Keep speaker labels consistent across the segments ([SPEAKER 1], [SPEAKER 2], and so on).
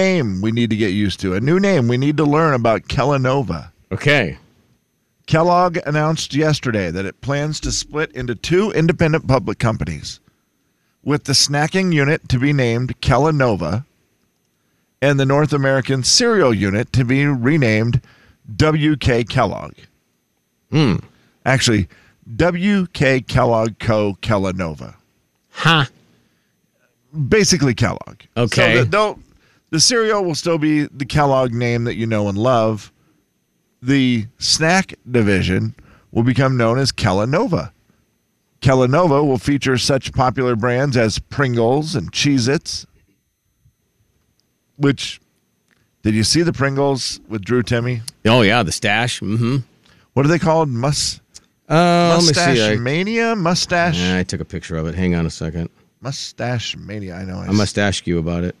[SPEAKER 1] name we need to get used to. A new name we need to learn about Kellanova.
[SPEAKER 2] Okay.
[SPEAKER 1] Kellogg announced yesterday that it plans to split into two independent public companies, with the snacking unit to be named Kellanova and the North American cereal unit to be renamed WK Kellogg.
[SPEAKER 2] Hmm.
[SPEAKER 1] Actually, WK Kellogg Co. Kellanova.
[SPEAKER 2] Huh.
[SPEAKER 1] Basically, Kellogg.
[SPEAKER 2] Okay.
[SPEAKER 1] So the, they'll- the cereal will still be the Kellogg name that you know and love. The snack division will become known as Kellanova. Kellanova will feature such popular brands as Pringles and Cheez Its, which, did you see the Pringles with Drew Timmy?
[SPEAKER 2] Oh yeah, the stash. Mm-hmm.
[SPEAKER 1] What are they called? Mus-
[SPEAKER 2] Uh, let me
[SPEAKER 1] mustache
[SPEAKER 2] see. I,
[SPEAKER 1] Mania? Mustache?
[SPEAKER 2] Yeah, I took a picture of it. Hang on a second.
[SPEAKER 1] Mustache Mania. I know. I
[SPEAKER 2] I must ask you about it.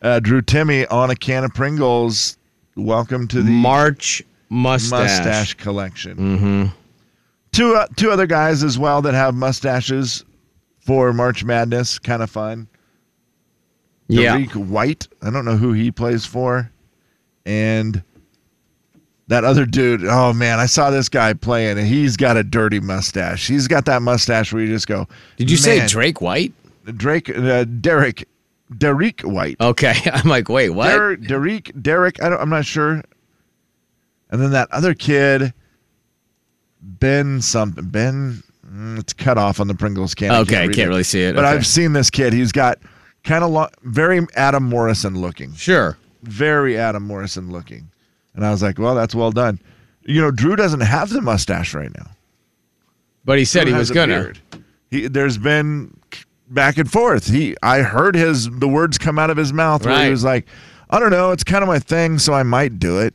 [SPEAKER 1] Uh, Drew Timmy on a can of Pringles. Welcome to the
[SPEAKER 2] March mustache.
[SPEAKER 1] mustache. collection. Mm-hmm. Two uh, two other guys as well that have mustaches for March Madness. Kind of fun.
[SPEAKER 2] Yeah.
[SPEAKER 1] Derek White. I don't know who he plays for, and that other dude. Oh man, I saw this guy playing, and he's got a dirty mustache. He's got that mustache where you just go.
[SPEAKER 2] Did you say
[SPEAKER 1] "Man,
[SPEAKER 2] Drake White?
[SPEAKER 1] Drake? Uh, Derek. Derek White.
[SPEAKER 2] Okay. I'm like, wait, what?
[SPEAKER 1] Der- Derek, Derek, I don't, I'm not sure. And then that other kid, Ben something, Ben. mm, It's cut off on the Pringles can. I
[SPEAKER 2] Okay,
[SPEAKER 1] read
[SPEAKER 2] can't really see it.
[SPEAKER 1] But
[SPEAKER 2] Okay.
[SPEAKER 1] I've seen this kid. He's got kind of long, very Adam Morrison looking,
[SPEAKER 2] Sure.
[SPEAKER 1] very Adam Morrison looking. And I was like, well, that's well done. You know, Drew doesn't have the mustache right now.
[SPEAKER 2] But he said
[SPEAKER 1] Drew
[SPEAKER 2] he
[SPEAKER 1] has
[SPEAKER 2] was
[SPEAKER 1] a
[SPEAKER 2] gonna.
[SPEAKER 1] beard. He, there's been back and forth. He, I heard his the words come out of his mouth where he
[SPEAKER 2] Right.
[SPEAKER 1] was like, "I don't know. It's kind of my thing, so I might do it.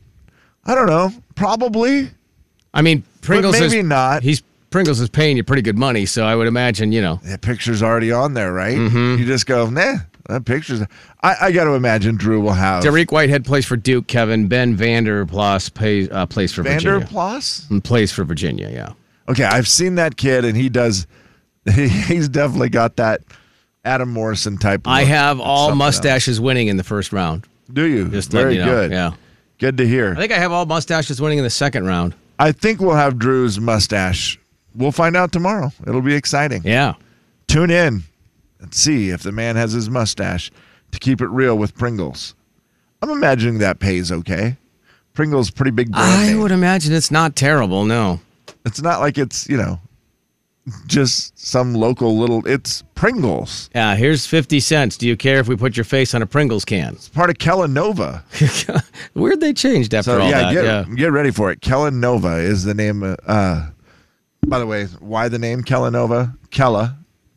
[SPEAKER 1] I don't know. Probably.
[SPEAKER 2] I mean, Pringles
[SPEAKER 1] maybe
[SPEAKER 2] is,
[SPEAKER 1] not.
[SPEAKER 2] He's Pringles is paying you pretty good money, so I would imagine, you know.
[SPEAKER 1] That picture's already on there, right?
[SPEAKER 2] Mm-hmm.
[SPEAKER 1] You just go, nah. That picture's. I, I got to imagine Drew will have
[SPEAKER 2] Derek Whitehead plays for Duke. Kevin Ben Vanderplas plays uh, plays for Virginia.
[SPEAKER 1] Vanderplas.
[SPEAKER 2] And plays for Virginia. Yeah.
[SPEAKER 1] Okay, I've seen that kid, and he does. He's definitely got that Adam Morrison type.
[SPEAKER 2] I
[SPEAKER 1] look.
[SPEAKER 2] have all
[SPEAKER 1] Something else.
[SPEAKER 2] mustaches winning in the first round.
[SPEAKER 1] Do you?
[SPEAKER 2] Just
[SPEAKER 1] Very
[SPEAKER 2] letting you know.
[SPEAKER 1] good.
[SPEAKER 2] Yeah.
[SPEAKER 1] Good to hear.
[SPEAKER 2] I think I have all mustaches winning in the second round.
[SPEAKER 1] I think we'll have Drew's mustache. We'll find out tomorrow. It'll be exciting.
[SPEAKER 2] Yeah.
[SPEAKER 1] Tune in and see if the man has his mustache to keep it real with Pringles. I'm imagining that pays okay. Pringles pretty big brand
[SPEAKER 2] I
[SPEAKER 1] name.
[SPEAKER 2] would imagine it's not terrible. No.
[SPEAKER 1] It's not like it's, you know, just some local little it's Pringles.
[SPEAKER 2] Yeah. Uh, Here's fifty cents. Do you care if we put your face on a Pringles can?
[SPEAKER 1] It's part of Kellanova.
[SPEAKER 2] Weird they changed after
[SPEAKER 1] So
[SPEAKER 2] all
[SPEAKER 1] yeah,
[SPEAKER 2] that.
[SPEAKER 1] get
[SPEAKER 2] yeah.
[SPEAKER 1] get ready for it. Kellanova is the name uh, uh by the way, why the name Kellanova? Kella,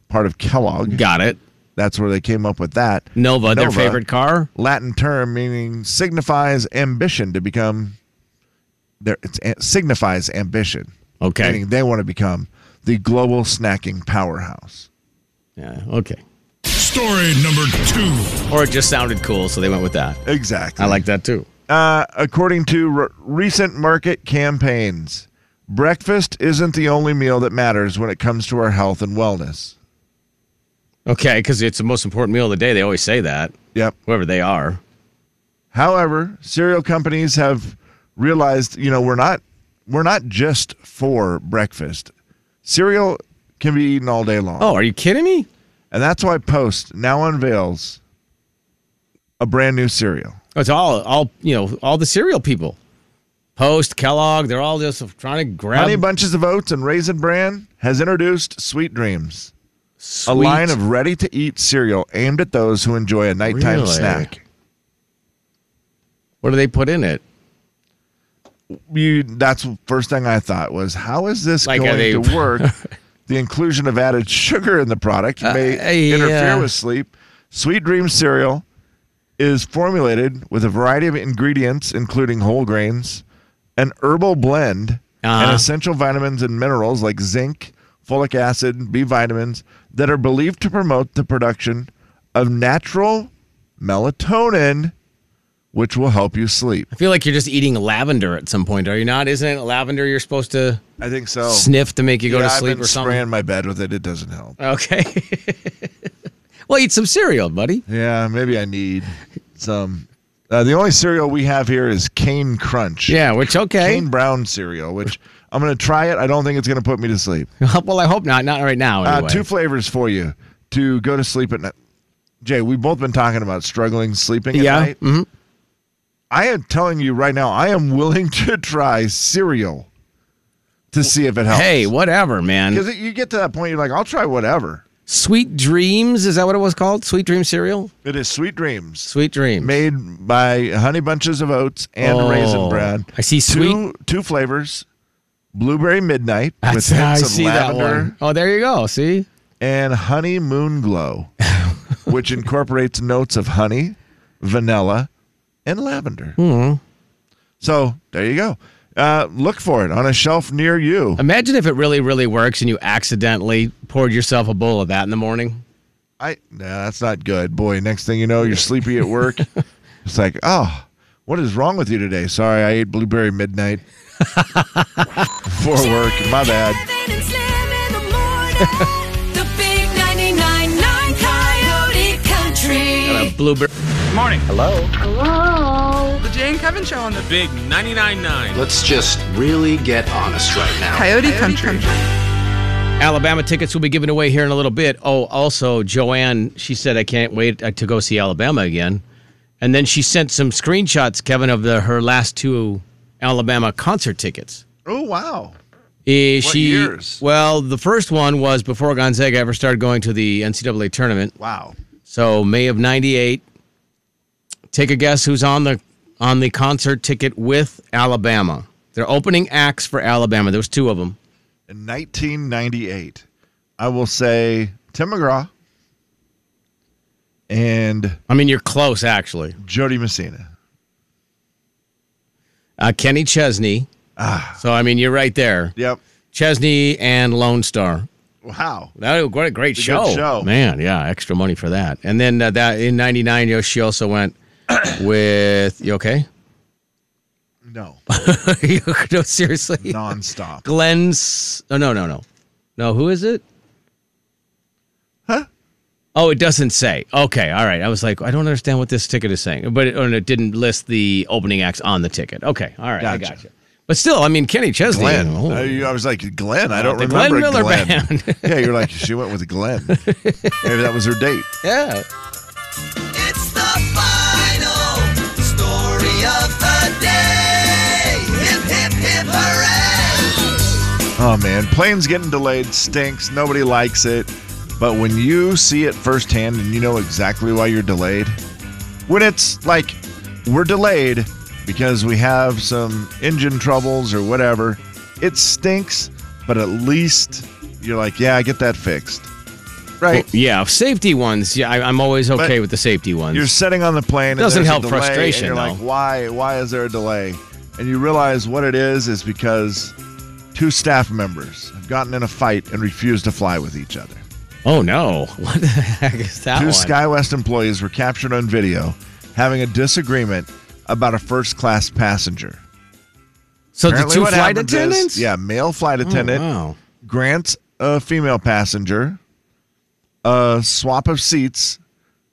[SPEAKER 1] part of Kellogg.
[SPEAKER 2] Got it.
[SPEAKER 1] That's where they came up with that.
[SPEAKER 2] Nova, their favorite car.
[SPEAKER 1] Latin term meaning signifies ambition to become. There, it's, it signifies ambition.
[SPEAKER 2] Okay.
[SPEAKER 1] Meaning they want to become the global snacking powerhouse.
[SPEAKER 2] Yeah. Okay.
[SPEAKER 3] Story number two.
[SPEAKER 2] Or it just sounded cool, so they went with that.
[SPEAKER 1] Exactly.
[SPEAKER 2] I like that too.
[SPEAKER 1] Uh, according to re- recent market campaigns, breakfast isn't the only meal that matters when it comes to our health and wellness.
[SPEAKER 2] Okay, because it's the most important meal of the day. They always say that,
[SPEAKER 1] Yep.
[SPEAKER 2] whoever they are.
[SPEAKER 1] However, cereal companies have realized, you know, we're not we're not just for breakfast. Cereal can be eaten all day long.
[SPEAKER 2] Oh, are you kidding me?
[SPEAKER 1] And that's why Post now unveils a brand new cereal.
[SPEAKER 2] It's all, all you know, all the cereal people. Post, Kellogg, they're all just trying to grab
[SPEAKER 1] Honey Bunches of Oats and Raisin Bran has introduced Sweet Dreams,
[SPEAKER 2] sweet-
[SPEAKER 1] a line of ready to eat cereal aimed at those who enjoy a nighttime
[SPEAKER 2] Really?
[SPEAKER 1] snack.
[SPEAKER 2] What do they put in it?
[SPEAKER 1] You that's the first thing I thought was how is this
[SPEAKER 2] Like, are
[SPEAKER 1] going
[SPEAKER 2] they-
[SPEAKER 1] to work? the inclusion of added sugar in the product may
[SPEAKER 2] Uh, yeah.
[SPEAKER 1] interfere with sleep. Sweet Dreams cereal is formulated with a variety of ingredients including whole grains, an herbal blend, and
[SPEAKER 2] Uh-huh.
[SPEAKER 1] essential vitamins and minerals like zinc, folic acid, B vitamins that are believed to promote the production of natural melatonin which will help you sleep.
[SPEAKER 2] I feel like you're just eating lavender at some point, are you not? Isn't it lavender you're supposed to
[SPEAKER 1] I think so.
[SPEAKER 2] sniff to make you go
[SPEAKER 1] Oh. Yeah,
[SPEAKER 2] to sleep
[SPEAKER 1] I've been
[SPEAKER 2] or something?
[SPEAKER 1] spraying my bed with it. It doesn't help.
[SPEAKER 2] Okay. well, eat some cereal, buddy.
[SPEAKER 1] Yeah, maybe I need It's um, uh, the only cereal we have here is Cane Crunch.
[SPEAKER 2] Yeah, which okay.
[SPEAKER 1] Cane Brown cereal, which I'm gonna try it. I don't think it's gonna put me to sleep.
[SPEAKER 2] well, I hope not. Not right now.
[SPEAKER 1] Uh,
[SPEAKER 2] Anyway.
[SPEAKER 1] two flavors for you to go to sleep at night. Jay, we've both been talking about struggling sleeping at
[SPEAKER 2] yeah.
[SPEAKER 1] night.
[SPEAKER 2] mhm.
[SPEAKER 1] I am telling you right now, I am willing to try cereal to see if it helps.
[SPEAKER 2] Hey, whatever, man.
[SPEAKER 1] Oh. because you get to that point, you're like, I'll try whatever.
[SPEAKER 2] Sweet Dreams is that what it was called? Sweet Dream cereal.
[SPEAKER 1] It is Sweet Dreams,
[SPEAKER 2] Sweet Dreams.
[SPEAKER 1] made by Honey Bunches of Oats and
[SPEAKER 2] Oh,
[SPEAKER 1] Raisin Bran.
[SPEAKER 2] I see
[SPEAKER 1] Two, two flavors: blueberry midnight with
[SPEAKER 2] That's, I
[SPEAKER 1] hints of
[SPEAKER 2] see that
[SPEAKER 1] lavender
[SPEAKER 2] one. Oh, there you go. See,
[SPEAKER 1] and honey moon glow, which incorporates notes of honey, vanilla, and lavender.
[SPEAKER 2] Hmm.
[SPEAKER 1] So there you go. Uh, look for it on a shelf near you.
[SPEAKER 2] imagine if it really, really works, and you accidentally poured yourself a bowl of that in the morning.
[SPEAKER 1] I no, that's not good, boy. Next thing you know, you're sleepy at work. it's like, oh, what is wrong with you today? Sorry, I ate blueberry midnight for work. My bad.
[SPEAKER 4] Shannon and Slim in the morning. the big 99.9 Coyote Country.
[SPEAKER 2] Blueberry.
[SPEAKER 5] Morning.
[SPEAKER 6] Hello.
[SPEAKER 5] The Jane Kevin Show on the Big 99.9.
[SPEAKER 7] Let's just really get honest right now.
[SPEAKER 5] Coyote, Country.
[SPEAKER 2] Alabama tickets will be given away here in a little bit. Oh, also, Joanne, she said, I can't wait uh, to go see Alabama again. And then she sent some screenshots, Kevin, of the, her last two Alabama concert tickets.
[SPEAKER 1] Oh wow.
[SPEAKER 2] Eh,
[SPEAKER 1] What
[SPEAKER 2] she,
[SPEAKER 1] years?
[SPEAKER 2] Well, the first one was before Gonzaga ever started going to the NCAA tournament.
[SPEAKER 1] Wow.
[SPEAKER 2] So May of '98. Take a guess who's on the on the concert ticket with Alabama. They're opening acts for Alabama. There was two of them.
[SPEAKER 1] In 1998, I will say Tim McGraw and
[SPEAKER 2] I mean, you're close actually.
[SPEAKER 1] Jody Messina.
[SPEAKER 2] Uh, Kenny Chesney.
[SPEAKER 1] Ah.
[SPEAKER 2] So I mean, you're right there.
[SPEAKER 1] Yep.
[SPEAKER 2] Chesney and Lone Star.
[SPEAKER 1] Wow.
[SPEAKER 2] That what a great
[SPEAKER 1] a
[SPEAKER 2] show.
[SPEAKER 1] good show.
[SPEAKER 2] man. Yeah, extra money for that. And then uh, that in '99, you know, she also went with you okay?
[SPEAKER 1] No.
[SPEAKER 2] no, seriously.
[SPEAKER 1] Nonstop.
[SPEAKER 2] Glenn's. Oh no, no, no, no. Who is it? Huh? Oh, it doesn't say. Okay, all right. I was like, I don't understand what this ticket is saying, but it, and it didn't list the opening acts on the ticket. Okay, all right, I
[SPEAKER 1] Gotcha.
[SPEAKER 2] got you. But still, I mean, Kenny Chesney.
[SPEAKER 1] Glenn.
[SPEAKER 2] oh. Uh,
[SPEAKER 1] Uh, you- I was like, Glenn. I don't
[SPEAKER 2] the Glenn
[SPEAKER 1] remember
[SPEAKER 2] Miller
[SPEAKER 1] Glenn.
[SPEAKER 2] Band.
[SPEAKER 1] yeah, you're like she went with Glenn. Maybe that was her date.
[SPEAKER 2] yeah.
[SPEAKER 8] It's the final story of the day. Hip, hip, hip, hooray!
[SPEAKER 1] Oh man, planes getting delayed stinks. Nobody likes it. But when you see it firsthand and you know exactly why you're delayed, when it's like we're delayed because we have some engine troubles or whatever, it stinks, but at least you're like, yeah, I get that fixed. Right?
[SPEAKER 2] yeah, safety ones. Yeah, I, I'm always okay with the safety ones.
[SPEAKER 1] You're sitting on the plane. and
[SPEAKER 2] Doesn't
[SPEAKER 1] there's a
[SPEAKER 2] help
[SPEAKER 1] delay, and
[SPEAKER 2] frustration,
[SPEAKER 1] You're like,
[SPEAKER 2] though.
[SPEAKER 1] why? Why is there a delay? And you realize what it is is because two staff members have gotten in a fight and refused to fly with each other.
[SPEAKER 2] oh no, what the heck is that
[SPEAKER 1] two
[SPEAKER 2] one?
[SPEAKER 1] SkyWest employees were captured on video having a disagreement about a first-class passenger.
[SPEAKER 2] so the
[SPEAKER 1] Apparently
[SPEAKER 2] two
[SPEAKER 1] what
[SPEAKER 2] flight
[SPEAKER 1] happens is-
[SPEAKER 2] attendants.
[SPEAKER 1] yeah, male flight
[SPEAKER 2] Oh,
[SPEAKER 1] attendant
[SPEAKER 2] wow.
[SPEAKER 1] grants a female passenger a swap of seats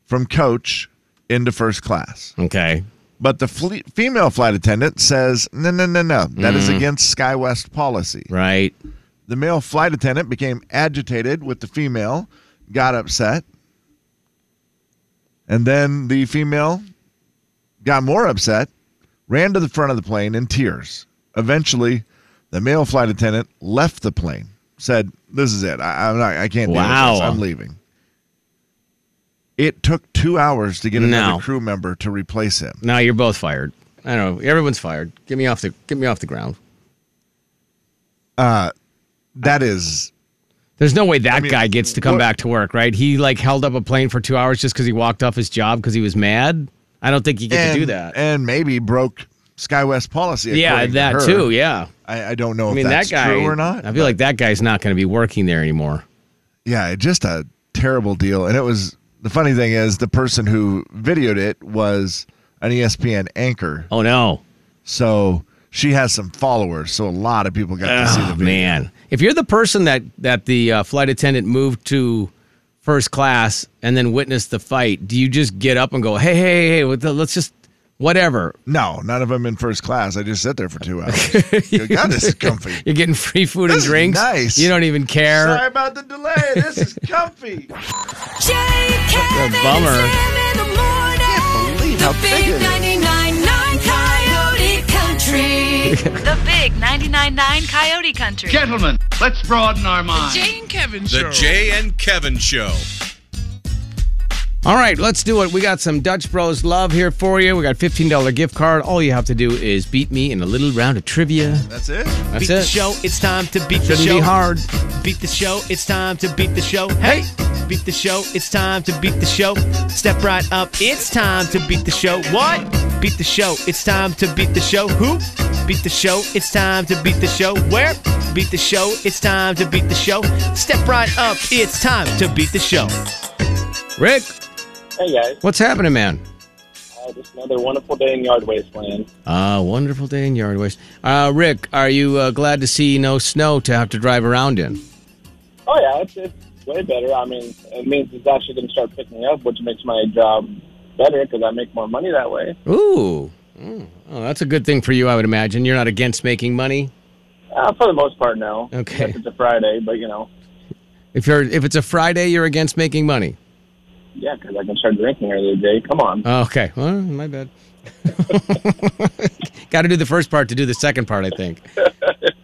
[SPEAKER 1] from coach into first class.
[SPEAKER 2] Okay.
[SPEAKER 1] But the fle- female flight attendant says, no, no, no, no. That is
[SPEAKER 2] Mm.
[SPEAKER 1] against SkyWest policy.
[SPEAKER 2] Right.
[SPEAKER 1] The male flight attendant became agitated with the female, got upset. And then the female got more upset, ran to the front of the plane in tears. Eventually, the male flight attendant left the plane, said, This is it. I, I'm not, I can't do this.
[SPEAKER 2] Wow.
[SPEAKER 1] I'm leaving. It took two hours to get another
[SPEAKER 2] No.
[SPEAKER 1] crew member to replace him.
[SPEAKER 2] Now you're both fired. I don't know. Everyone's fired. Get me off the. Get me off the ground.
[SPEAKER 1] That is
[SPEAKER 2] There's no way that
[SPEAKER 1] mean,
[SPEAKER 2] guy gets to come
[SPEAKER 1] what-
[SPEAKER 2] back to work, right? He like held up a plane for two hours just because he walked off his job because he was mad. I don't think you get to do that.
[SPEAKER 1] And maybe broke SkyWest policy.
[SPEAKER 2] yeah,
[SPEAKER 1] according to
[SPEAKER 2] that
[SPEAKER 1] her.
[SPEAKER 2] too. Yeah.
[SPEAKER 1] I, I don't know
[SPEAKER 2] I mean,
[SPEAKER 1] if that's
[SPEAKER 2] that guy.
[SPEAKER 1] true or not.
[SPEAKER 2] I feel like that guy's not going to be working there anymore.
[SPEAKER 1] yeah, just a terrible deal. And it was the funny thing is the person who videoed it was an E ESPN anchor,
[SPEAKER 2] Oh no.
[SPEAKER 1] so she has some followers. So a lot of people got to see the
[SPEAKER 2] Oh
[SPEAKER 1] video.
[SPEAKER 2] man. If you're the person that that the uh, flight attendant moved to first class and then witness the fight, do you just get up and go, hey, hey, hey, what the, let's just whatever?
[SPEAKER 1] No, none of them in first class. I just sit there for two hours. God, this is comfy.
[SPEAKER 2] You're getting free food
[SPEAKER 1] This
[SPEAKER 2] and
[SPEAKER 1] is
[SPEAKER 2] drinks.
[SPEAKER 1] nice.
[SPEAKER 2] You don't even care.
[SPEAKER 1] Sorry about the delay. This is comfy.
[SPEAKER 4] Jay, Kevin, and
[SPEAKER 2] bummer.
[SPEAKER 4] Slim in the morning.
[SPEAKER 1] Believe
[SPEAKER 4] The
[SPEAKER 1] how big
[SPEAKER 4] big
[SPEAKER 1] it is.
[SPEAKER 4] 99.9 Coyote Country.
[SPEAKER 6] The big 99.9 Coyote Country.
[SPEAKER 9] Gentlemen, let's broaden our minds.
[SPEAKER 5] Jay and Kevin
[SPEAKER 10] The
[SPEAKER 5] show.
[SPEAKER 10] Jay and Kevin Show.
[SPEAKER 2] All right, let's do it. We got some Dutch Bros love here for you. We got $15 gift card. All you have to do is beat me in a little round of trivia.
[SPEAKER 1] That's it.
[SPEAKER 2] That's
[SPEAKER 9] beat
[SPEAKER 2] it.
[SPEAKER 9] the show. It's time to beat the
[SPEAKER 2] Shouldn't
[SPEAKER 9] show.
[SPEAKER 2] be hard.
[SPEAKER 9] Beat the show. It's time to beat the show. Hey, beat the show. It's time to beat the show. Step right up. It's time to beat the show. What? Beat the show. It's time to beat the show. Who? Beat the show. It's time to beat the show. Where? Beat the show. It's time to beat the show. Step right up. It's time to beat the show.
[SPEAKER 2] Rick,
[SPEAKER 11] Hey guys,
[SPEAKER 2] what's happening, man?
[SPEAKER 11] uh, just another wonderful day in Yard Wasteland.
[SPEAKER 2] Ah, wonderful day in yard waste. Uh, Rick, are you uh, glad to see no snow to have to drive around in?
[SPEAKER 11] Oh yeah, it's, it's way better. I mean, it means it's actually going to start picking up, which makes my job better because I make more money that way.
[SPEAKER 2] Ooh. Mm. Oh, that's a good thing for you, I would imagine. You're not against making money.
[SPEAKER 11] Uh, for the most part, no.
[SPEAKER 2] Okay.
[SPEAKER 11] Unless it's a Friday, but you know,
[SPEAKER 2] If you're if it's a Friday, you're against making money.
[SPEAKER 11] yeah, because I can start drinking early today. Come on.
[SPEAKER 2] Oh, Okay. Well, my bad. Got to do the first part to do the second part, I think.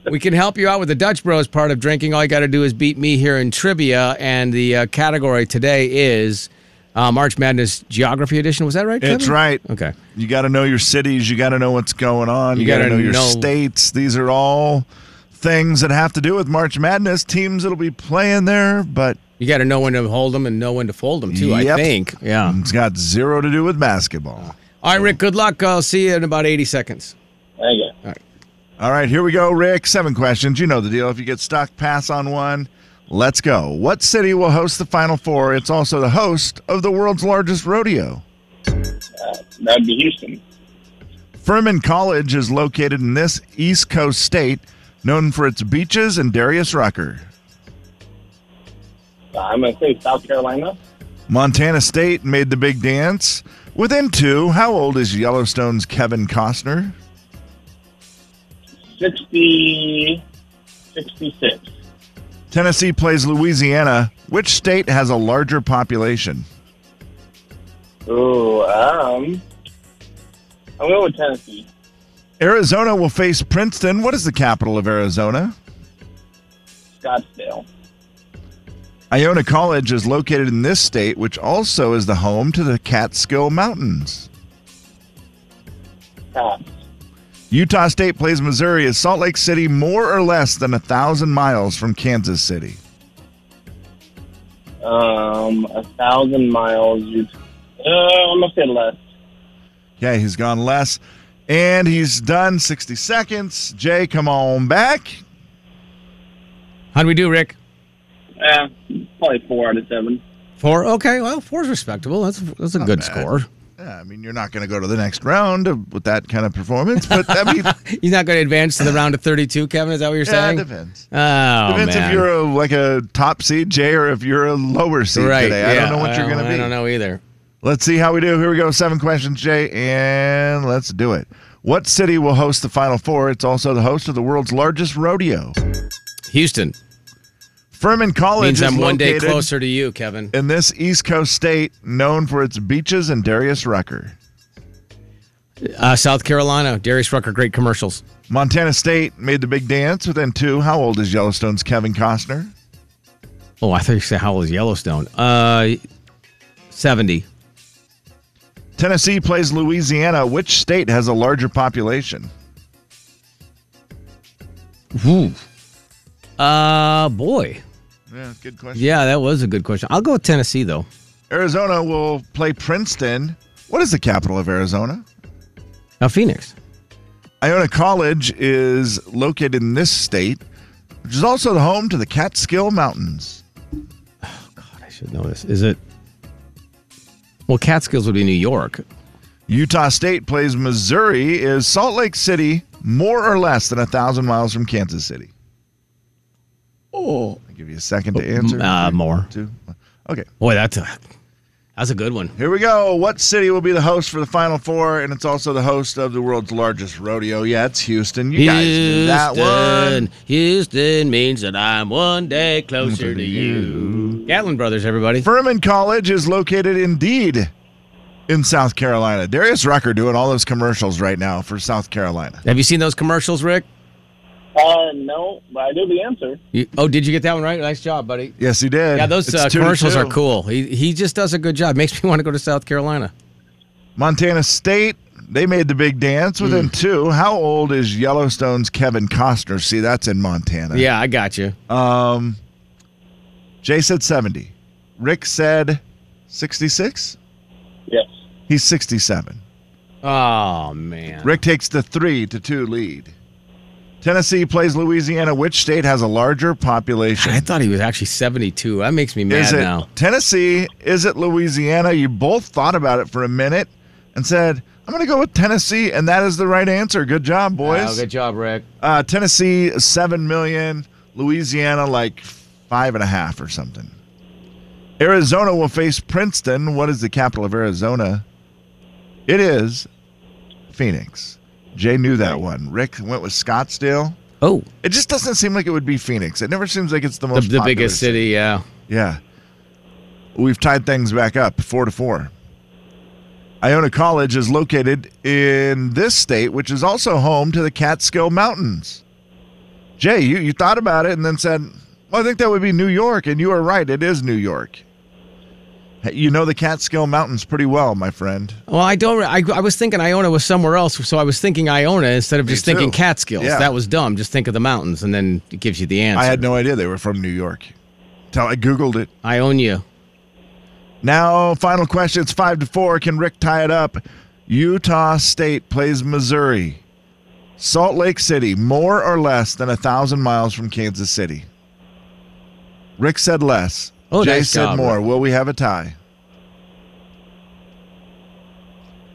[SPEAKER 2] We can help you out with the Dutch Bros part of drinking. All you got to do is beat me here in trivia. And the uh, category today is uh, March Madness Geography Edition. Was that right?
[SPEAKER 1] It's
[SPEAKER 2] Kevin?
[SPEAKER 1] right.
[SPEAKER 2] Okay.
[SPEAKER 1] You got to know your cities. You got to know what's going on. You,
[SPEAKER 2] You
[SPEAKER 1] got to
[SPEAKER 2] gotta
[SPEAKER 1] know your
[SPEAKER 2] know-
[SPEAKER 1] states. These are all things that have to do with March Madness. Teams that'll be playing there, but
[SPEAKER 2] You got to know when to hold them and know when to fold them, too, I
[SPEAKER 1] Yep. Mm.
[SPEAKER 2] think. Yeah.
[SPEAKER 1] it's got zero to do with basketball.
[SPEAKER 2] All right, Rick, good luck. I'll see you in about 80 seconds.
[SPEAKER 11] There you go.
[SPEAKER 1] All right, here we go, Rick. Seven questions. You know the deal. If you get stuck, pass on one. Let's go. What city will host the Final Four? It's also the host of the world's largest rodeo.
[SPEAKER 11] That'd be Houston.
[SPEAKER 1] Furman College is located in this East Coast state, known for its beaches and Darius Rucker.
[SPEAKER 11] Uh, I'm going to say South Carolina.
[SPEAKER 1] Montana State made the big dance. Within two, how old is Yellowstone's Kevin Costner?
[SPEAKER 11] 60, 66.
[SPEAKER 1] Tennessee plays Louisiana. Which state has a larger population?
[SPEAKER 11] Ooh, um, I'm going with Tennessee.
[SPEAKER 1] Arizona will face Princeton. What is the capital of Arizona?
[SPEAKER 11] Scottsdale.
[SPEAKER 1] Iona College is located in this state, which also is the home to the Catskill Mountains.
[SPEAKER 11] Pass.
[SPEAKER 1] Utah State plays Missouri. Is Salt Lake City more or less than a thousand miles from Kansas City?
[SPEAKER 11] Um, a thousand miles. You, uh, I'm gonna say less.
[SPEAKER 1] Okay, he's gone less. And he's done 60 seconds. Jay, come on back.
[SPEAKER 2] How do we do, Rick?
[SPEAKER 11] Yeah, Eh, probably four out of seven.
[SPEAKER 2] Four. Okay. Well, four's respectable. That's that's a good
[SPEAKER 1] bad.
[SPEAKER 2] score.
[SPEAKER 1] Yeah, I mean, you're not going to go to the next round with that kind of performance, but I mean,
[SPEAKER 2] He's not going to advance to the round of 32, Kevin. Is that what you're
[SPEAKER 1] yeah,
[SPEAKER 2] saying?
[SPEAKER 1] it depends.
[SPEAKER 2] Oh,
[SPEAKER 1] depends
[SPEAKER 2] man.
[SPEAKER 1] if you're a, like a top seed, Jay, or if you're a lower seed
[SPEAKER 2] right.
[SPEAKER 1] today. I
[SPEAKER 2] yeah.
[SPEAKER 1] don't know what you're
[SPEAKER 2] Well,
[SPEAKER 1] going to be.
[SPEAKER 2] I don't know either.
[SPEAKER 1] Let's see how we do. Here we go. Seven questions, Jay, and let's do it. What city will host the Final Four? It's also the host of the world's largest rodeo.
[SPEAKER 2] Houston
[SPEAKER 1] Furman College
[SPEAKER 2] means
[SPEAKER 1] is
[SPEAKER 2] I'm one day
[SPEAKER 1] located
[SPEAKER 2] closer to you, Kevin.
[SPEAKER 1] in this East Coast state known for its beaches and Darius Rucker.
[SPEAKER 2] Uh, South Carolina, Darius Rucker, great commercials.
[SPEAKER 1] Montana State made the big dance within two. How old is Yellowstone's Kevin Costner?
[SPEAKER 2] Oh, I thought you said how old is Yellowstone? Uh, 70.
[SPEAKER 1] Tennessee plays Louisiana. Which state has a larger population?
[SPEAKER 2] Woo. Uh, boy.
[SPEAKER 1] Yeah, good question.
[SPEAKER 2] Yeah, that was a good question. I'll go with Tennessee, though.
[SPEAKER 1] Arizona will play Princeton. What is the capital of Arizona?
[SPEAKER 2] Now, Phoenix.
[SPEAKER 1] Iona College is located in this state, which is also the home to the Catskill Mountains.
[SPEAKER 2] I should know this. Is it? Well, Catskills would be New York.
[SPEAKER 1] Utah State plays Missouri. Is Salt Lake City more or less than a thousand miles from Kansas City?
[SPEAKER 2] Oh.
[SPEAKER 1] I'll give you a second to answer.
[SPEAKER 2] uh,
[SPEAKER 1] Three,
[SPEAKER 2] more.
[SPEAKER 1] Two. Okay.
[SPEAKER 2] Boy, that's a that's a good one.
[SPEAKER 1] Here we go. What city will be the host for the Final Four? And it's also the host of the world's largest rodeo. Yeah, it's Houston. You guys knew that one.
[SPEAKER 2] Houston means that I'm one day closer to you. Gatlin Brothers, everybody.
[SPEAKER 1] Furman College is located indeed in South Carolina. Darius Rucker doing all those commercials right now for South Carolina.
[SPEAKER 2] Have you seen those commercials, Rick?
[SPEAKER 11] Uh, no, but I know the answer.
[SPEAKER 2] You- oh, did you get that one right? Nice job, buddy.
[SPEAKER 1] Yes, he did.
[SPEAKER 2] Yeah, those
[SPEAKER 1] It's
[SPEAKER 2] uh,
[SPEAKER 1] two to
[SPEAKER 2] commercials
[SPEAKER 1] two.
[SPEAKER 2] are cool. He he just does a good job. Makes me want to go to South Carolina.
[SPEAKER 1] Montana State, they made the big dance
[SPEAKER 2] Hmm.
[SPEAKER 1] within two. How old is Yellowstone's Kevin Costner? See, that's in Montana.
[SPEAKER 2] Yeah, I got you.
[SPEAKER 1] Um, Jay said 70. Rick said 66.
[SPEAKER 11] Yes.
[SPEAKER 1] He's 67.
[SPEAKER 2] Oh man.
[SPEAKER 1] Rick takes the three to two lead. Tennessee plays Louisiana. Which state has a larger population?
[SPEAKER 2] I thought he was actually 72. That makes me mad
[SPEAKER 1] Is it
[SPEAKER 2] now.
[SPEAKER 1] Tennessee? Is it Louisiana? You both thought about it for a minute and said, I'm going to go with Tennessee, and that is the right answer. Good job, boys.
[SPEAKER 2] Oh, good job, Rick.
[SPEAKER 1] Uh, Tennessee, 7 million. Louisiana, like five and a half or something. Arizona will face Princeton. What is the capital of Arizona? It is Phoenix. Jay knew that one. Rick went with Scottsdale.
[SPEAKER 2] Oh,
[SPEAKER 1] It just doesn't seem like it would be Phoenix. It never seems like it's the
[SPEAKER 2] the,
[SPEAKER 1] most
[SPEAKER 2] the
[SPEAKER 1] popular
[SPEAKER 2] biggest city. Yeah.
[SPEAKER 1] Yeah. We've tied things back up four to four. Iona College is located in this state, which is also home to the Catskill Mountains. Jay, you, you thought about it and then said, Well, I think that would be New York. And you are right. It is New York. You know the Catskill Mountains pretty well, my friend.
[SPEAKER 2] Well, I don't. I, I was thinking Iona was somewhere else, so I was thinking Iona instead of just thinking
[SPEAKER 1] too.
[SPEAKER 2] Catskills.
[SPEAKER 1] Yeah.
[SPEAKER 2] That was dumb. Just think of the mountains, and then it gives you the answer.
[SPEAKER 1] I had no idea they were from New York. Till I Googled it.
[SPEAKER 2] I own you.
[SPEAKER 1] Now, final question. It's five to four. Can Rick tie it up? Utah State plays Missouri. Salt Lake City, more or less than a thousand miles from Kansas City. Rick said less.
[SPEAKER 2] Oh,
[SPEAKER 1] Jay
[SPEAKER 2] nice
[SPEAKER 1] said
[SPEAKER 2] job,
[SPEAKER 1] more. Will we have a tie?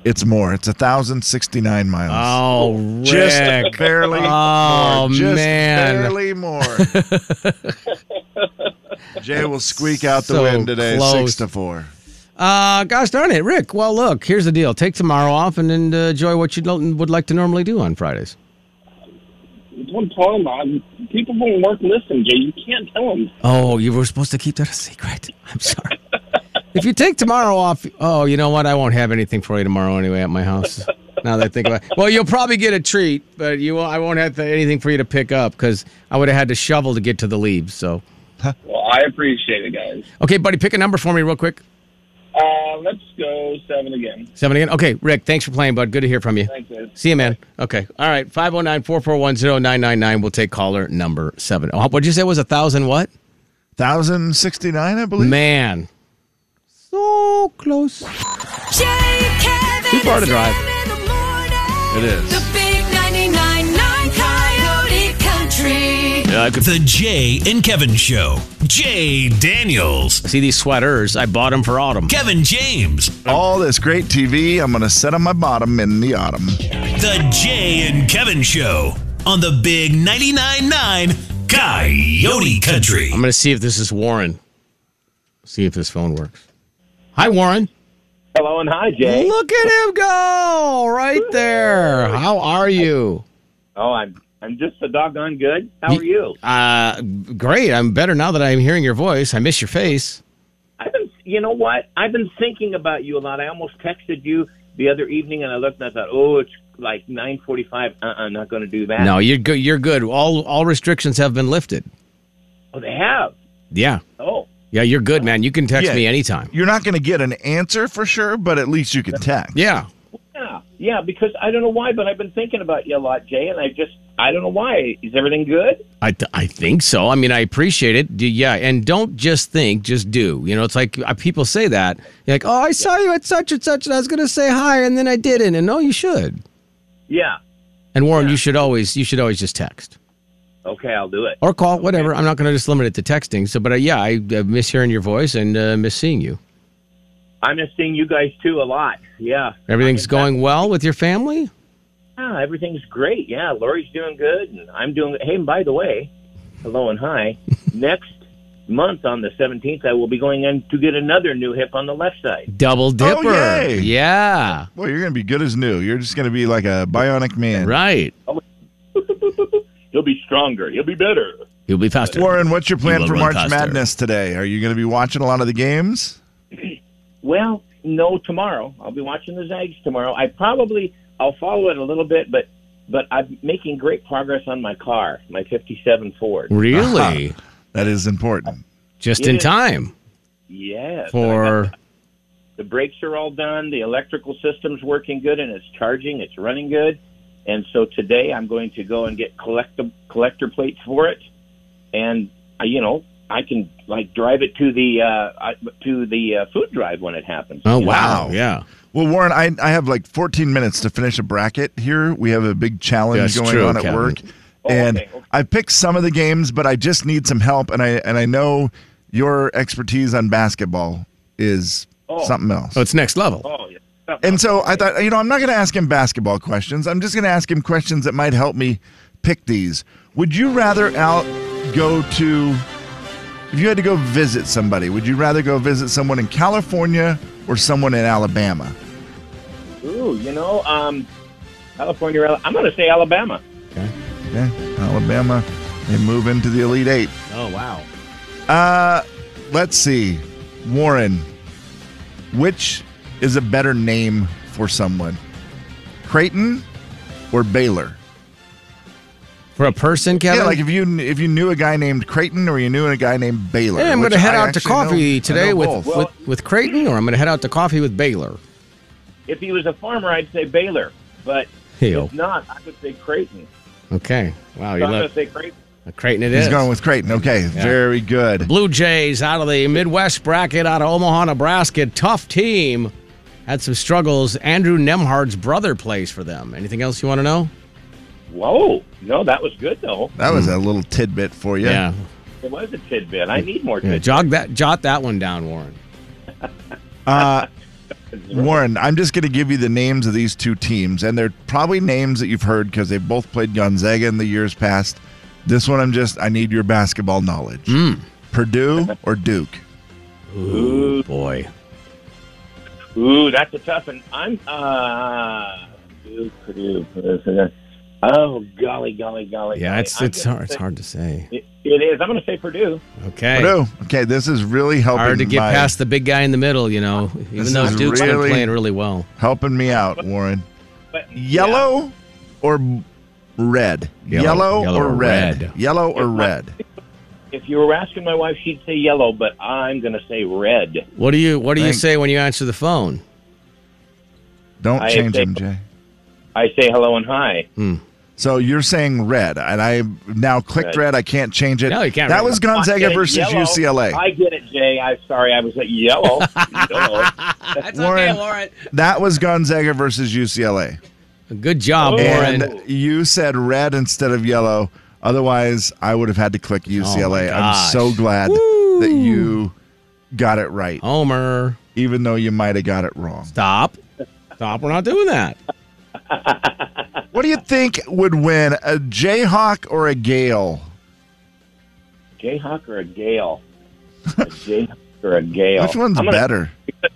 [SPEAKER 1] It's more. It's a thousand sixty-nine miles.
[SPEAKER 2] Oh, Rick.
[SPEAKER 1] just barely.
[SPEAKER 2] Oh,
[SPEAKER 1] more. Just
[SPEAKER 2] man.
[SPEAKER 1] barely more. Jay will squeak out the
[SPEAKER 2] So
[SPEAKER 1] win today,
[SPEAKER 2] close.
[SPEAKER 1] six to four.
[SPEAKER 2] uh, gosh darn it, Rick. Well, look, here's the deal. Take tomorrow off and then uh, enjoy what you don't- would like to normally do on Fridays.
[SPEAKER 11] It's one time. I'm, people won't work listen, Jay. You can't tell them.
[SPEAKER 2] Oh, you were supposed to keep that a secret. I'm sorry. if you take tomorrow off, oh, you know what? I won't have anything for you tomorrow anyway at my house. Now that I think about it. Well, you'll probably get a treat, but you won't, I won't have anything for you to pick up because I would have had to shovel to get to the leaves. So,
[SPEAKER 11] Well, I appreciate it, guys.
[SPEAKER 2] okay, buddy, pick a number for me real quick.
[SPEAKER 11] Uh, let's go seven again.
[SPEAKER 2] Seven again. Okay, Rick, thanks for playing, bud. Good to hear from you.
[SPEAKER 11] Thanks, guys.
[SPEAKER 2] See you, man. Okay. All right. 509 441 999. We'll take caller number seven. Oh, What'd you say was a thousand what?
[SPEAKER 1] 1,069, I believe.
[SPEAKER 2] Man. So close.
[SPEAKER 4] Jay, Kevin,
[SPEAKER 2] Too far to
[SPEAKER 4] and
[SPEAKER 2] drive.
[SPEAKER 4] Slim in the morning.
[SPEAKER 1] It is.
[SPEAKER 4] The big 99.9 Coyote Country.
[SPEAKER 3] The Jay and Kevin Show. Jay Daniels.
[SPEAKER 2] See these sweaters? I bought them for autumn.
[SPEAKER 3] Kevin James.
[SPEAKER 1] All this great TV, I'm going to set on my bottom in the autumn.
[SPEAKER 3] The Jay and Kevin Show on the Big 99.9 9 Coyote Country.
[SPEAKER 2] I'm going to see if this is Warren. See if this phone works. Hi, Warren.
[SPEAKER 11] Hello and hi, Jay.
[SPEAKER 2] Look at him go right there. How are you?
[SPEAKER 11] Oh, I'm I'm just a doggone good. How are you?
[SPEAKER 2] Uh, great. I'm better now that I'm hearing your voice. I miss your face.
[SPEAKER 11] I've been, you know what? I've been thinking about you a lot. I almost texted you the other evening, and I looked and I thought, oh, it's like nine forty-five. Uh, I'm not going to do that.
[SPEAKER 2] No, you're good. You're good. All all restrictions have been lifted.
[SPEAKER 11] oh, they have.
[SPEAKER 2] Yeah,
[SPEAKER 11] Oh,
[SPEAKER 2] yeah. You're good, man. You can text
[SPEAKER 1] Yeah.
[SPEAKER 2] me anytime.
[SPEAKER 1] You're not going to get an answer for sure, but at least you can text.
[SPEAKER 2] Yeah.
[SPEAKER 11] yeah, yeah. Because I don't know why, but I've been thinking about you a lot, Jay, and I just I don't know why. Is everything good?
[SPEAKER 2] I, th- I think so. I mean, I appreciate it. D- Yeah. And don't just think, just do. You know, it's like uh, people say that. You're like, oh, I saw you at such and such, and I was going to say hi, and then I didn't. And no, you should.
[SPEAKER 11] Yeah.
[SPEAKER 2] And Warren, you should always you should always just text
[SPEAKER 11] Okay, I'll do it.
[SPEAKER 2] or call, whatever. I'm not going to just limit it to texting. So, but uh, yeah, I uh, miss hearing your voice and uh, miss seeing you.
[SPEAKER 11] I'm just seeing you guys too a lot. Yeah.
[SPEAKER 2] Everything's
[SPEAKER 11] I mean,
[SPEAKER 2] going well with your family.
[SPEAKER 11] Yeah, everything's great. Yeah, Lori's doing good, and I'm doing. Hey, and by the way, hello and hi. Next month on the 17th, I will be going in to get another new hip on the left side.
[SPEAKER 2] Double dipper.
[SPEAKER 1] yay.
[SPEAKER 2] yeah.
[SPEAKER 1] Boy, you're going to be good as new. You're just going to be like a bionic man.
[SPEAKER 2] Right.
[SPEAKER 11] He'll be stronger. He'll be better.
[SPEAKER 2] You'll be faster.
[SPEAKER 1] Warren, what's your
[SPEAKER 2] You
[SPEAKER 1] plan
[SPEAKER 2] will
[SPEAKER 1] for
[SPEAKER 2] run
[SPEAKER 1] March
[SPEAKER 2] faster.
[SPEAKER 1] Madness today? Are you going to be watching a lot of the games?
[SPEAKER 11] Well, no, tomorrow I'll be watching the Zags tomorrow. I probably I'll follow it a little bit, but but I'm making great progress on my car, my '57 Ford.
[SPEAKER 2] Really?
[SPEAKER 1] That is important.
[SPEAKER 2] Just
[SPEAKER 11] Yeah.
[SPEAKER 2] in time
[SPEAKER 11] Yes.
[SPEAKER 2] for
[SPEAKER 11] the brakes are all done. The electrical system's working good, and it's charging. It's running good. And so today I'm going to go and get collect- collector plates for it, and uh, you know I can like drive it to the uh, I- to the uh, food drive when it happens.
[SPEAKER 2] Oh wow. Yeah.
[SPEAKER 1] Well, Warren, I, I have like 14 minutes to finish a bracket here. We have a big challenge
[SPEAKER 2] That's
[SPEAKER 1] going
[SPEAKER 2] true,
[SPEAKER 1] on at
[SPEAKER 2] Kevin.
[SPEAKER 1] work.
[SPEAKER 11] Oh,
[SPEAKER 1] and
[SPEAKER 11] okay, okay.
[SPEAKER 1] I picked some of the games, but I just need some help. And I and I know your expertise on basketball is
[SPEAKER 11] Oh.
[SPEAKER 1] something else.
[SPEAKER 2] Oh, it's next level.
[SPEAKER 11] Oh yeah.
[SPEAKER 1] And so I thought, you know, I'm not going to ask him basketball questions. I'm just going to ask him questions that might help me pick these. Would you rather out go to if you had to go visit somebody, would you rather go visit someone in California or someone in Alabama?
[SPEAKER 11] Ooh, you know, um, California. Al- I'm going to say Alabama.
[SPEAKER 1] Okay. Alabama, they move into the Elite 8.
[SPEAKER 2] Oh wow.
[SPEAKER 1] Uh, let's see. Warren, which is a better name for someone? Creighton or Baylor?
[SPEAKER 2] For a person, Kevin.
[SPEAKER 1] Yeah, like if you if you knew a guy named Creighton or you knew a guy named Baylor.
[SPEAKER 2] Hey, I'm going
[SPEAKER 1] which
[SPEAKER 2] to head
[SPEAKER 1] I
[SPEAKER 2] out to
[SPEAKER 1] actually know-
[SPEAKER 2] coffee
[SPEAKER 1] I
[SPEAKER 2] today
[SPEAKER 1] know
[SPEAKER 2] with,
[SPEAKER 1] both.
[SPEAKER 2] with with Creighton, or I'm going to head out to coffee with Baylor.
[SPEAKER 11] If he was a farmer, I'd say Baylor, but
[SPEAKER 2] Hill.
[SPEAKER 11] if not, I would say Creighton.
[SPEAKER 2] Okay. Wow.
[SPEAKER 11] So
[SPEAKER 2] You
[SPEAKER 11] I'm going
[SPEAKER 2] love
[SPEAKER 11] to say Creighton.
[SPEAKER 2] Creighton. It is.
[SPEAKER 1] He's going with Creighton. Okay, very good.
[SPEAKER 2] Blue Jays out of the Midwest bracket, out of Omaha, Nebraska. Tough team. Had some struggles. Andrew Nemhard's brother plays for them. Anything else you want to know?
[SPEAKER 11] Whoa! No, that was good though.
[SPEAKER 1] That
[SPEAKER 2] Mm.
[SPEAKER 1] was a little tidbit for you.
[SPEAKER 11] It was a tidbit. I need more
[SPEAKER 2] Yeah,
[SPEAKER 11] tidbits.
[SPEAKER 2] Jog that. Jot that one down, Warren.
[SPEAKER 1] Uh, Warren, I'm just going to give you the names of these two teams, and they're probably names that you've heard because they both played Gonzaga in the years past. This one, I'm just I need your basketball knowledge.
[SPEAKER 2] Hmm.
[SPEAKER 1] Purdue or Duke?
[SPEAKER 11] Ooh,
[SPEAKER 2] Boy.
[SPEAKER 11] ooh, that's a tough one. I'm uh, Purdue, Purdue, Purdue, Purdue. Oh, golly, golly, golly.
[SPEAKER 2] Yeah,
[SPEAKER 11] golly.
[SPEAKER 2] it's
[SPEAKER 11] I'm
[SPEAKER 2] it's
[SPEAKER 11] gonna
[SPEAKER 2] hard. It's
[SPEAKER 11] say-
[SPEAKER 2] hard to say.
[SPEAKER 11] It, it is. I'm going to say Purdue.
[SPEAKER 2] Okay.
[SPEAKER 1] Purdue. Okay, this is really helping.
[SPEAKER 2] Hard to get
[SPEAKER 1] my-
[SPEAKER 2] past the big guy in the middle, you know.
[SPEAKER 1] This
[SPEAKER 2] Even though
[SPEAKER 1] is
[SPEAKER 2] Duke's been
[SPEAKER 1] really-
[SPEAKER 2] playing really well.
[SPEAKER 1] helping me out, Warren.
[SPEAKER 11] But
[SPEAKER 1] Yellow or b- red?
[SPEAKER 2] Yellow.
[SPEAKER 1] Yellow,
[SPEAKER 2] Yellow
[SPEAKER 1] or,
[SPEAKER 2] or
[SPEAKER 1] red?
[SPEAKER 2] red.
[SPEAKER 1] Yellow or red?
[SPEAKER 11] yeah, if you were asking my wife, she'd say yellow, but I'm going to say red.
[SPEAKER 2] What do you What do you
[SPEAKER 1] Thank-
[SPEAKER 2] say when you answer the phone?
[SPEAKER 1] Don't
[SPEAKER 11] I
[SPEAKER 1] change
[SPEAKER 11] think-
[SPEAKER 1] them, Jay.
[SPEAKER 11] I say hello and hi.
[SPEAKER 1] So you're saying red, and I now clicked red.
[SPEAKER 11] Red.
[SPEAKER 1] I can't change it.
[SPEAKER 2] No, you can't
[SPEAKER 1] That
[SPEAKER 2] read
[SPEAKER 1] was
[SPEAKER 2] it.
[SPEAKER 11] I
[SPEAKER 1] Gonzaga
[SPEAKER 11] get it,
[SPEAKER 1] versus
[SPEAKER 11] yellow.
[SPEAKER 1] UCLA.
[SPEAKER 11] I get it, Jay. I'm sorry. I was at yellow. yellow.
[SPEAKER 2] That's
[SPEAKER 1] Warren. That was Gonzaga versus UCLA.
[SPEAKER 2] Good job,
[SPEAKER 11] Oh.
[SPEAKER 2] Warren.
[SPEAKER 1] And you said red instead of yellow. Otherwise, I would have had to click UCLA. I'm
[SPEAKER 2] gosh.
[SPEAKER 1] so glad that you got it right,
[SPEAKER 2] Homer,
[SPEAKER 1] even though you might have got it wrong.
[SPEAKER 2] stop. Stop. We're not doing that.
[SPEAKER 1] What do you think would win, a Jayhawk or a Gale?
[SPEAKER 11] Jayhawk or a Gale? A Jayhawk or a Gale?
[SPEAKER 1] Which one's
[SPEAKER 11] I'm gonna-
[SPEAKER 1] better?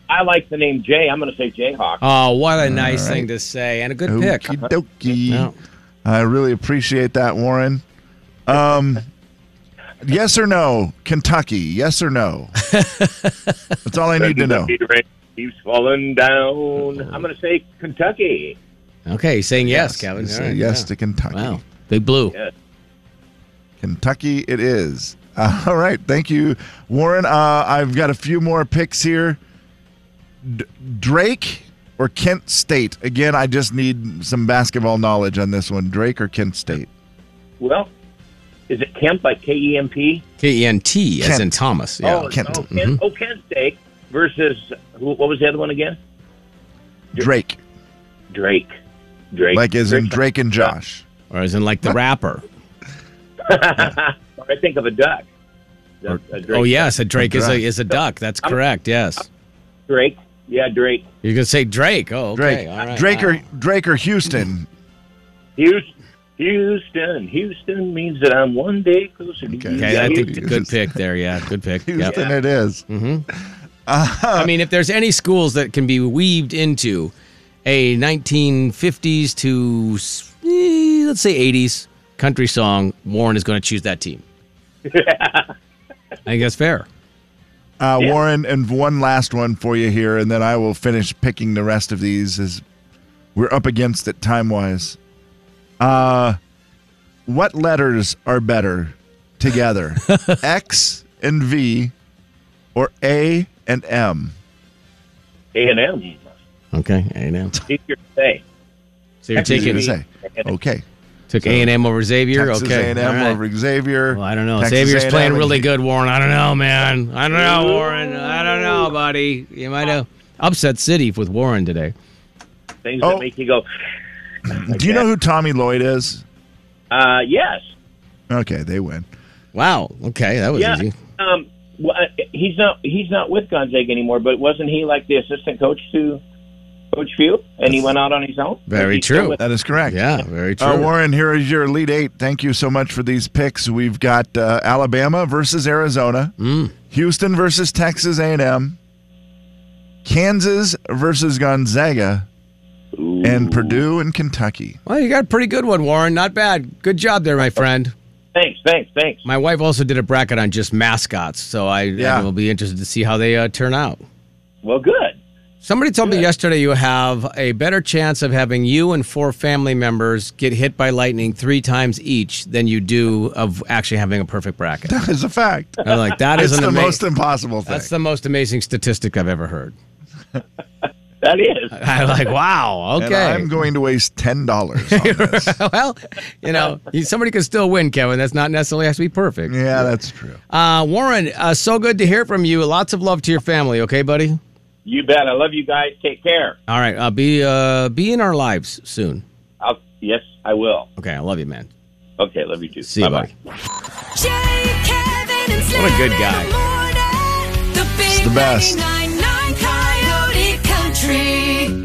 [SPEAKER 11] I like the name Jay. I'm going to say Jayhawk.
[SPEAKER 2] Oh, what a nice thing to say and a good pick.
[SPEAKER 1] Okey dokey.
[SPEAKER 2] No.
[SPEAKER 1] I really appreciate that, Warren. Um, yes or no, Kentucky? Yes or no? That's all I need to know. Uh-huh.
[SPEAKER 11] The rain keeps falling down. I'm going to say Kentucky.
[SPEAKER 2] Okay, he's saying yes, Kevin.
[SPEAKER 1] You
[SPEAKER 2] All
[SPEAKER 1] say
[SPEAKER 2] right,
[SPEAKER 1] yes
[SPEAKER 2] yeah.
[SPEAKER 1] to Kentucky.
[SPEAKER 2] Wow. Big blue.
[SPEAKER 11] Yeah.
[SPEAKER 1] Kentucky, it is. Uh, all right, thank you, Warren. Uh, I've got a few more picks here. D- Drake or Kent State? Again, I just need some basketball knowledge on this one. Drake or Kent State?
[SPEAKER 11] Well, is it Kemp like K E M P?
[SPEAKER 2] K E N T as in
[SPEAKER 1] Kent.
[SPEAKER 2] Thomas. Yeah.
[SPEAKER 11] oh,
[SPEAKER 1] Kent.
[SPEAKER 11] Oh, Kent, oh, Kent State versus who, what was the other one again?
[SPEAKER 1] Drake,
[SPEAKER 11] Drake. Drake.
[SPEAKER 1] like is in Drake and Josh.
[SPEAKER 2] Or as in like the rapper.
[SPEAKER 11] I think of a duck.
[SPEAKER 2] Or-
[SPEAKER 11] A Drake.
[SPEAKER 2] oh yes, a Drake is a
[SPEAKER 1] Drake.
[SPEAKER 2] is a duck. That's
[SPEAKER 11] I'm-
[SPEAKER 2] correct. Yes.
[SPEAKER 11] Drake. Yeah, Drake.
[SPEAKER 2] You're gonna say Drake. Oh, okay.
[SPEAKER 1] Drake,
[SPEAKER 2] All right.
[SPEAKER 1] Drake
[SPEAKER 2] wow.
[SPEAKER 1] or Drake or Houston?
[SPEAKER 11] Houston. Houston, Houston means that I'm one day closer to you.
[SPEAKER 2] Okay, I think good pick there. Yeah, good pick. Yep.
[SPEAKER 1] Houston it is.
[SPEAKER 2] I mean, if there's any schools that can be weaved into a 1950s to eh, let's say 80s country song, Warren is going to choose that team. I think that's fair.
[SPEAKER 1] Uh, Warren, and one last one for you here, and then I will finish picking the rest of these as we're up against it time wise. Uh, what letters are better together, X and V, or A and M?
[SPEAKER 11] A and M.
[SPEAKER 2] Okay, A and M.
[SPEAKER 11] Teacher say.
[SPEAKER 2] So you're taking
[SPEAKER 1] Easy to say. Okay.
[SPEAKER 2] took A and M over Xavier.
[SPEAKER 1] Texas
[SPEAKER 2] okay,
[SPEAKER 1] A&M
[SPEAKER 2] all right.
[SPEAKER 1] over Xavier.
[SPEAKER 2] Well, I don't know.
[SPEAKER 1] Texas
[SPEAKER 2] Xavier's
[SPEAKER 1] A&M
[SPEAKER 2] playing
[SPEAKER 1] and
[SPEAKER 2] really good, Warren. I don't know, man. I don't know, Warren. I don't know, buddy. You might have upset City with Warren today.
[SPEAKER 11] Things
[SPEAKER 1] Oh.
[SPEAKER 11] that make you go,
[SPEAKER 1] Do you know who Tommy Lloyd is?
[SPEAKER 11] uh, yes.
[SPEAKER 1] Okay, they win.
[SPEAKER 2] Wow. Okay, that was
[SPEAKER 11] Yeah.
[SPEAKER 2] easy.
[SPEAKER 11] Um, well, I- he's not he's not with Gonzaga anymore, but wasn't he like the assistant coach to Coach Field? And he went out on his own?
[SPEAKER 2] Very
[SPEAKER 11] He's still
[SPEAKER 2] true.
[SPEAKER 11] with-
[SPEAKER 1] That is correct.
[SPEAKER 2] Yeah, very true.
[SPEAKER 1] Uh, Warren, here is your lead eight. Thank you so much for these picks. We've got uh, Alabama versus Arizona,
[SPEAKER 2] Mm.
[SPEAKER 1] Houston versus Texas A&M, Kansas versus Gonzaga, and Purdue and Kentucky.
[SPEAKER 2] Well, you got a pretty good one, Warren. Not bad. Good job there, my friend.
[SPEAKER 11] Thanks, thanks, thanks.
[SPEAKER 2] My wife also did a bracket on just mascots, so I,
[SPEAKER 1] Yeah.
[SPEAKER 2] I will be interested to see how they uh, turn out.
[SPEAKER 11] Well, good.
[SPEAKER 2] Somebody told me yesterday you have a better chance of having you and four family members get hit by lightning three times each than you do of actually having a perfect bracket.
[SPEAKER 1] That is a fact.
[SPEAKER 2] I'm like that is
[SPEAKER 1] it's
[SPEAKER 2] an
[SPEAKER 1] the
[SPEAKER 2] ama-
[SPEAKER 1] most impossible thing.
[SPEAKER 2] That's the most amazing statistic I've ever heard.
[SPEAKER 11] That is.
[SPEAKER 2] I'm like, wow,
[SPEAKER 1] And
[SPEAKER 2] okay.
[SPEAKER 1] I'm going to waste ten dollars on this.
[SPEAKER 2] well, you know, you- somebody can still win, Kevin. That's not necessarily has to be perfect.
[SPEAKER 1] yeah, that's true.
[SPEAKER 2] Uh, Warren, uh, so good to hear from you. Lots of love to your family. Okay, buddy.
[SPEAKER 11] You bet. I love you guys. Take care.
[SPEAKER 2] All right. Uh, be uh, be in our lives soon.
[SPEAKER 11] I'll, yes, I will.
[SPEAKER 2] Okay, I love you, man.
[SPEAKER 11] Okay, love you too.
[SPEAKER 2] See you,
[SPEAKER 11] Bye-bye.
[SPEAKER 2] buddy.
[SPEAKER 4] Jay, Kevin, and Slim
[SPEAKER 2] What a good
[SPEAKER 4] in the
[SPEAKER 2] guy.
[SPEAKER 4] morning. The big
[SPEAKER 1] the best.
[SPEAKER 4] 99.9 Coyote Country.